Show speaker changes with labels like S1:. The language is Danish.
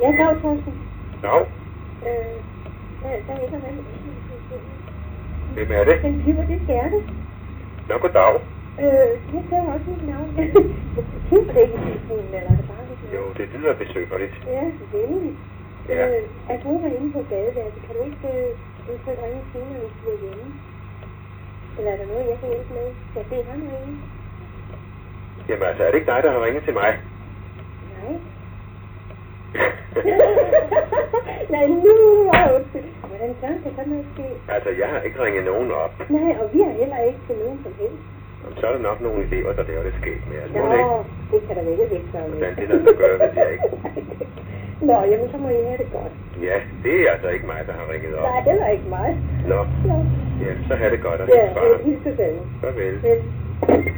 S1: Ja, Dag Thorsen.
S2: Nå,
S1: Øh, der, der er ikke noget.
S2: hvem er det?
S1: Den piver, det er det.
S2: Nå, goddag.
S1: Øh, jeg sagde også mit navn. Piver det ikke i telefonen, eller er det bare lidt?
S2: Jo, det lyder besøgerligt.
S1: Ja, venligt.
S2: Ja.
S1: Øh, at du var inde på badeværelset, kan du ikke øh, eventuelt ringe til mig, hvis du er hjemme? Eller er der noget, jeg kan hjælpe med? Ja, det er ham ringe.
S2: Jamen altså, er det ikke dig, der har ringet til mig?
S1: Nej. Nej, nu er jeg undskyld. Hvordan kan det sådan noget ske?
S2: altså, jeg har ikke ringet nogen op.
S1: Nej, og vi har heller ikke til nogen som helst.
S2: Jamen, Så er der nok nogle elever, der laver det skægt med. Altså, må det ikke?
S1: det kan da vel ikke væk være
S2: Hvordan det der skal gøre, ved jeg ikke.
S1: Nå, jamen så må I have det godt.
S2: Ja, det er altså ikke mig, der har ringet op.
S1: Nej, det var ikke mig.
S2: Nå,
S1: Nå.
S2: ja, så have det godt, og
S1: Ja, øh,
S2: hils
S1: det er
S2: faren.
S1: helt Susanne.
S2: Farvel.
S1: Vel.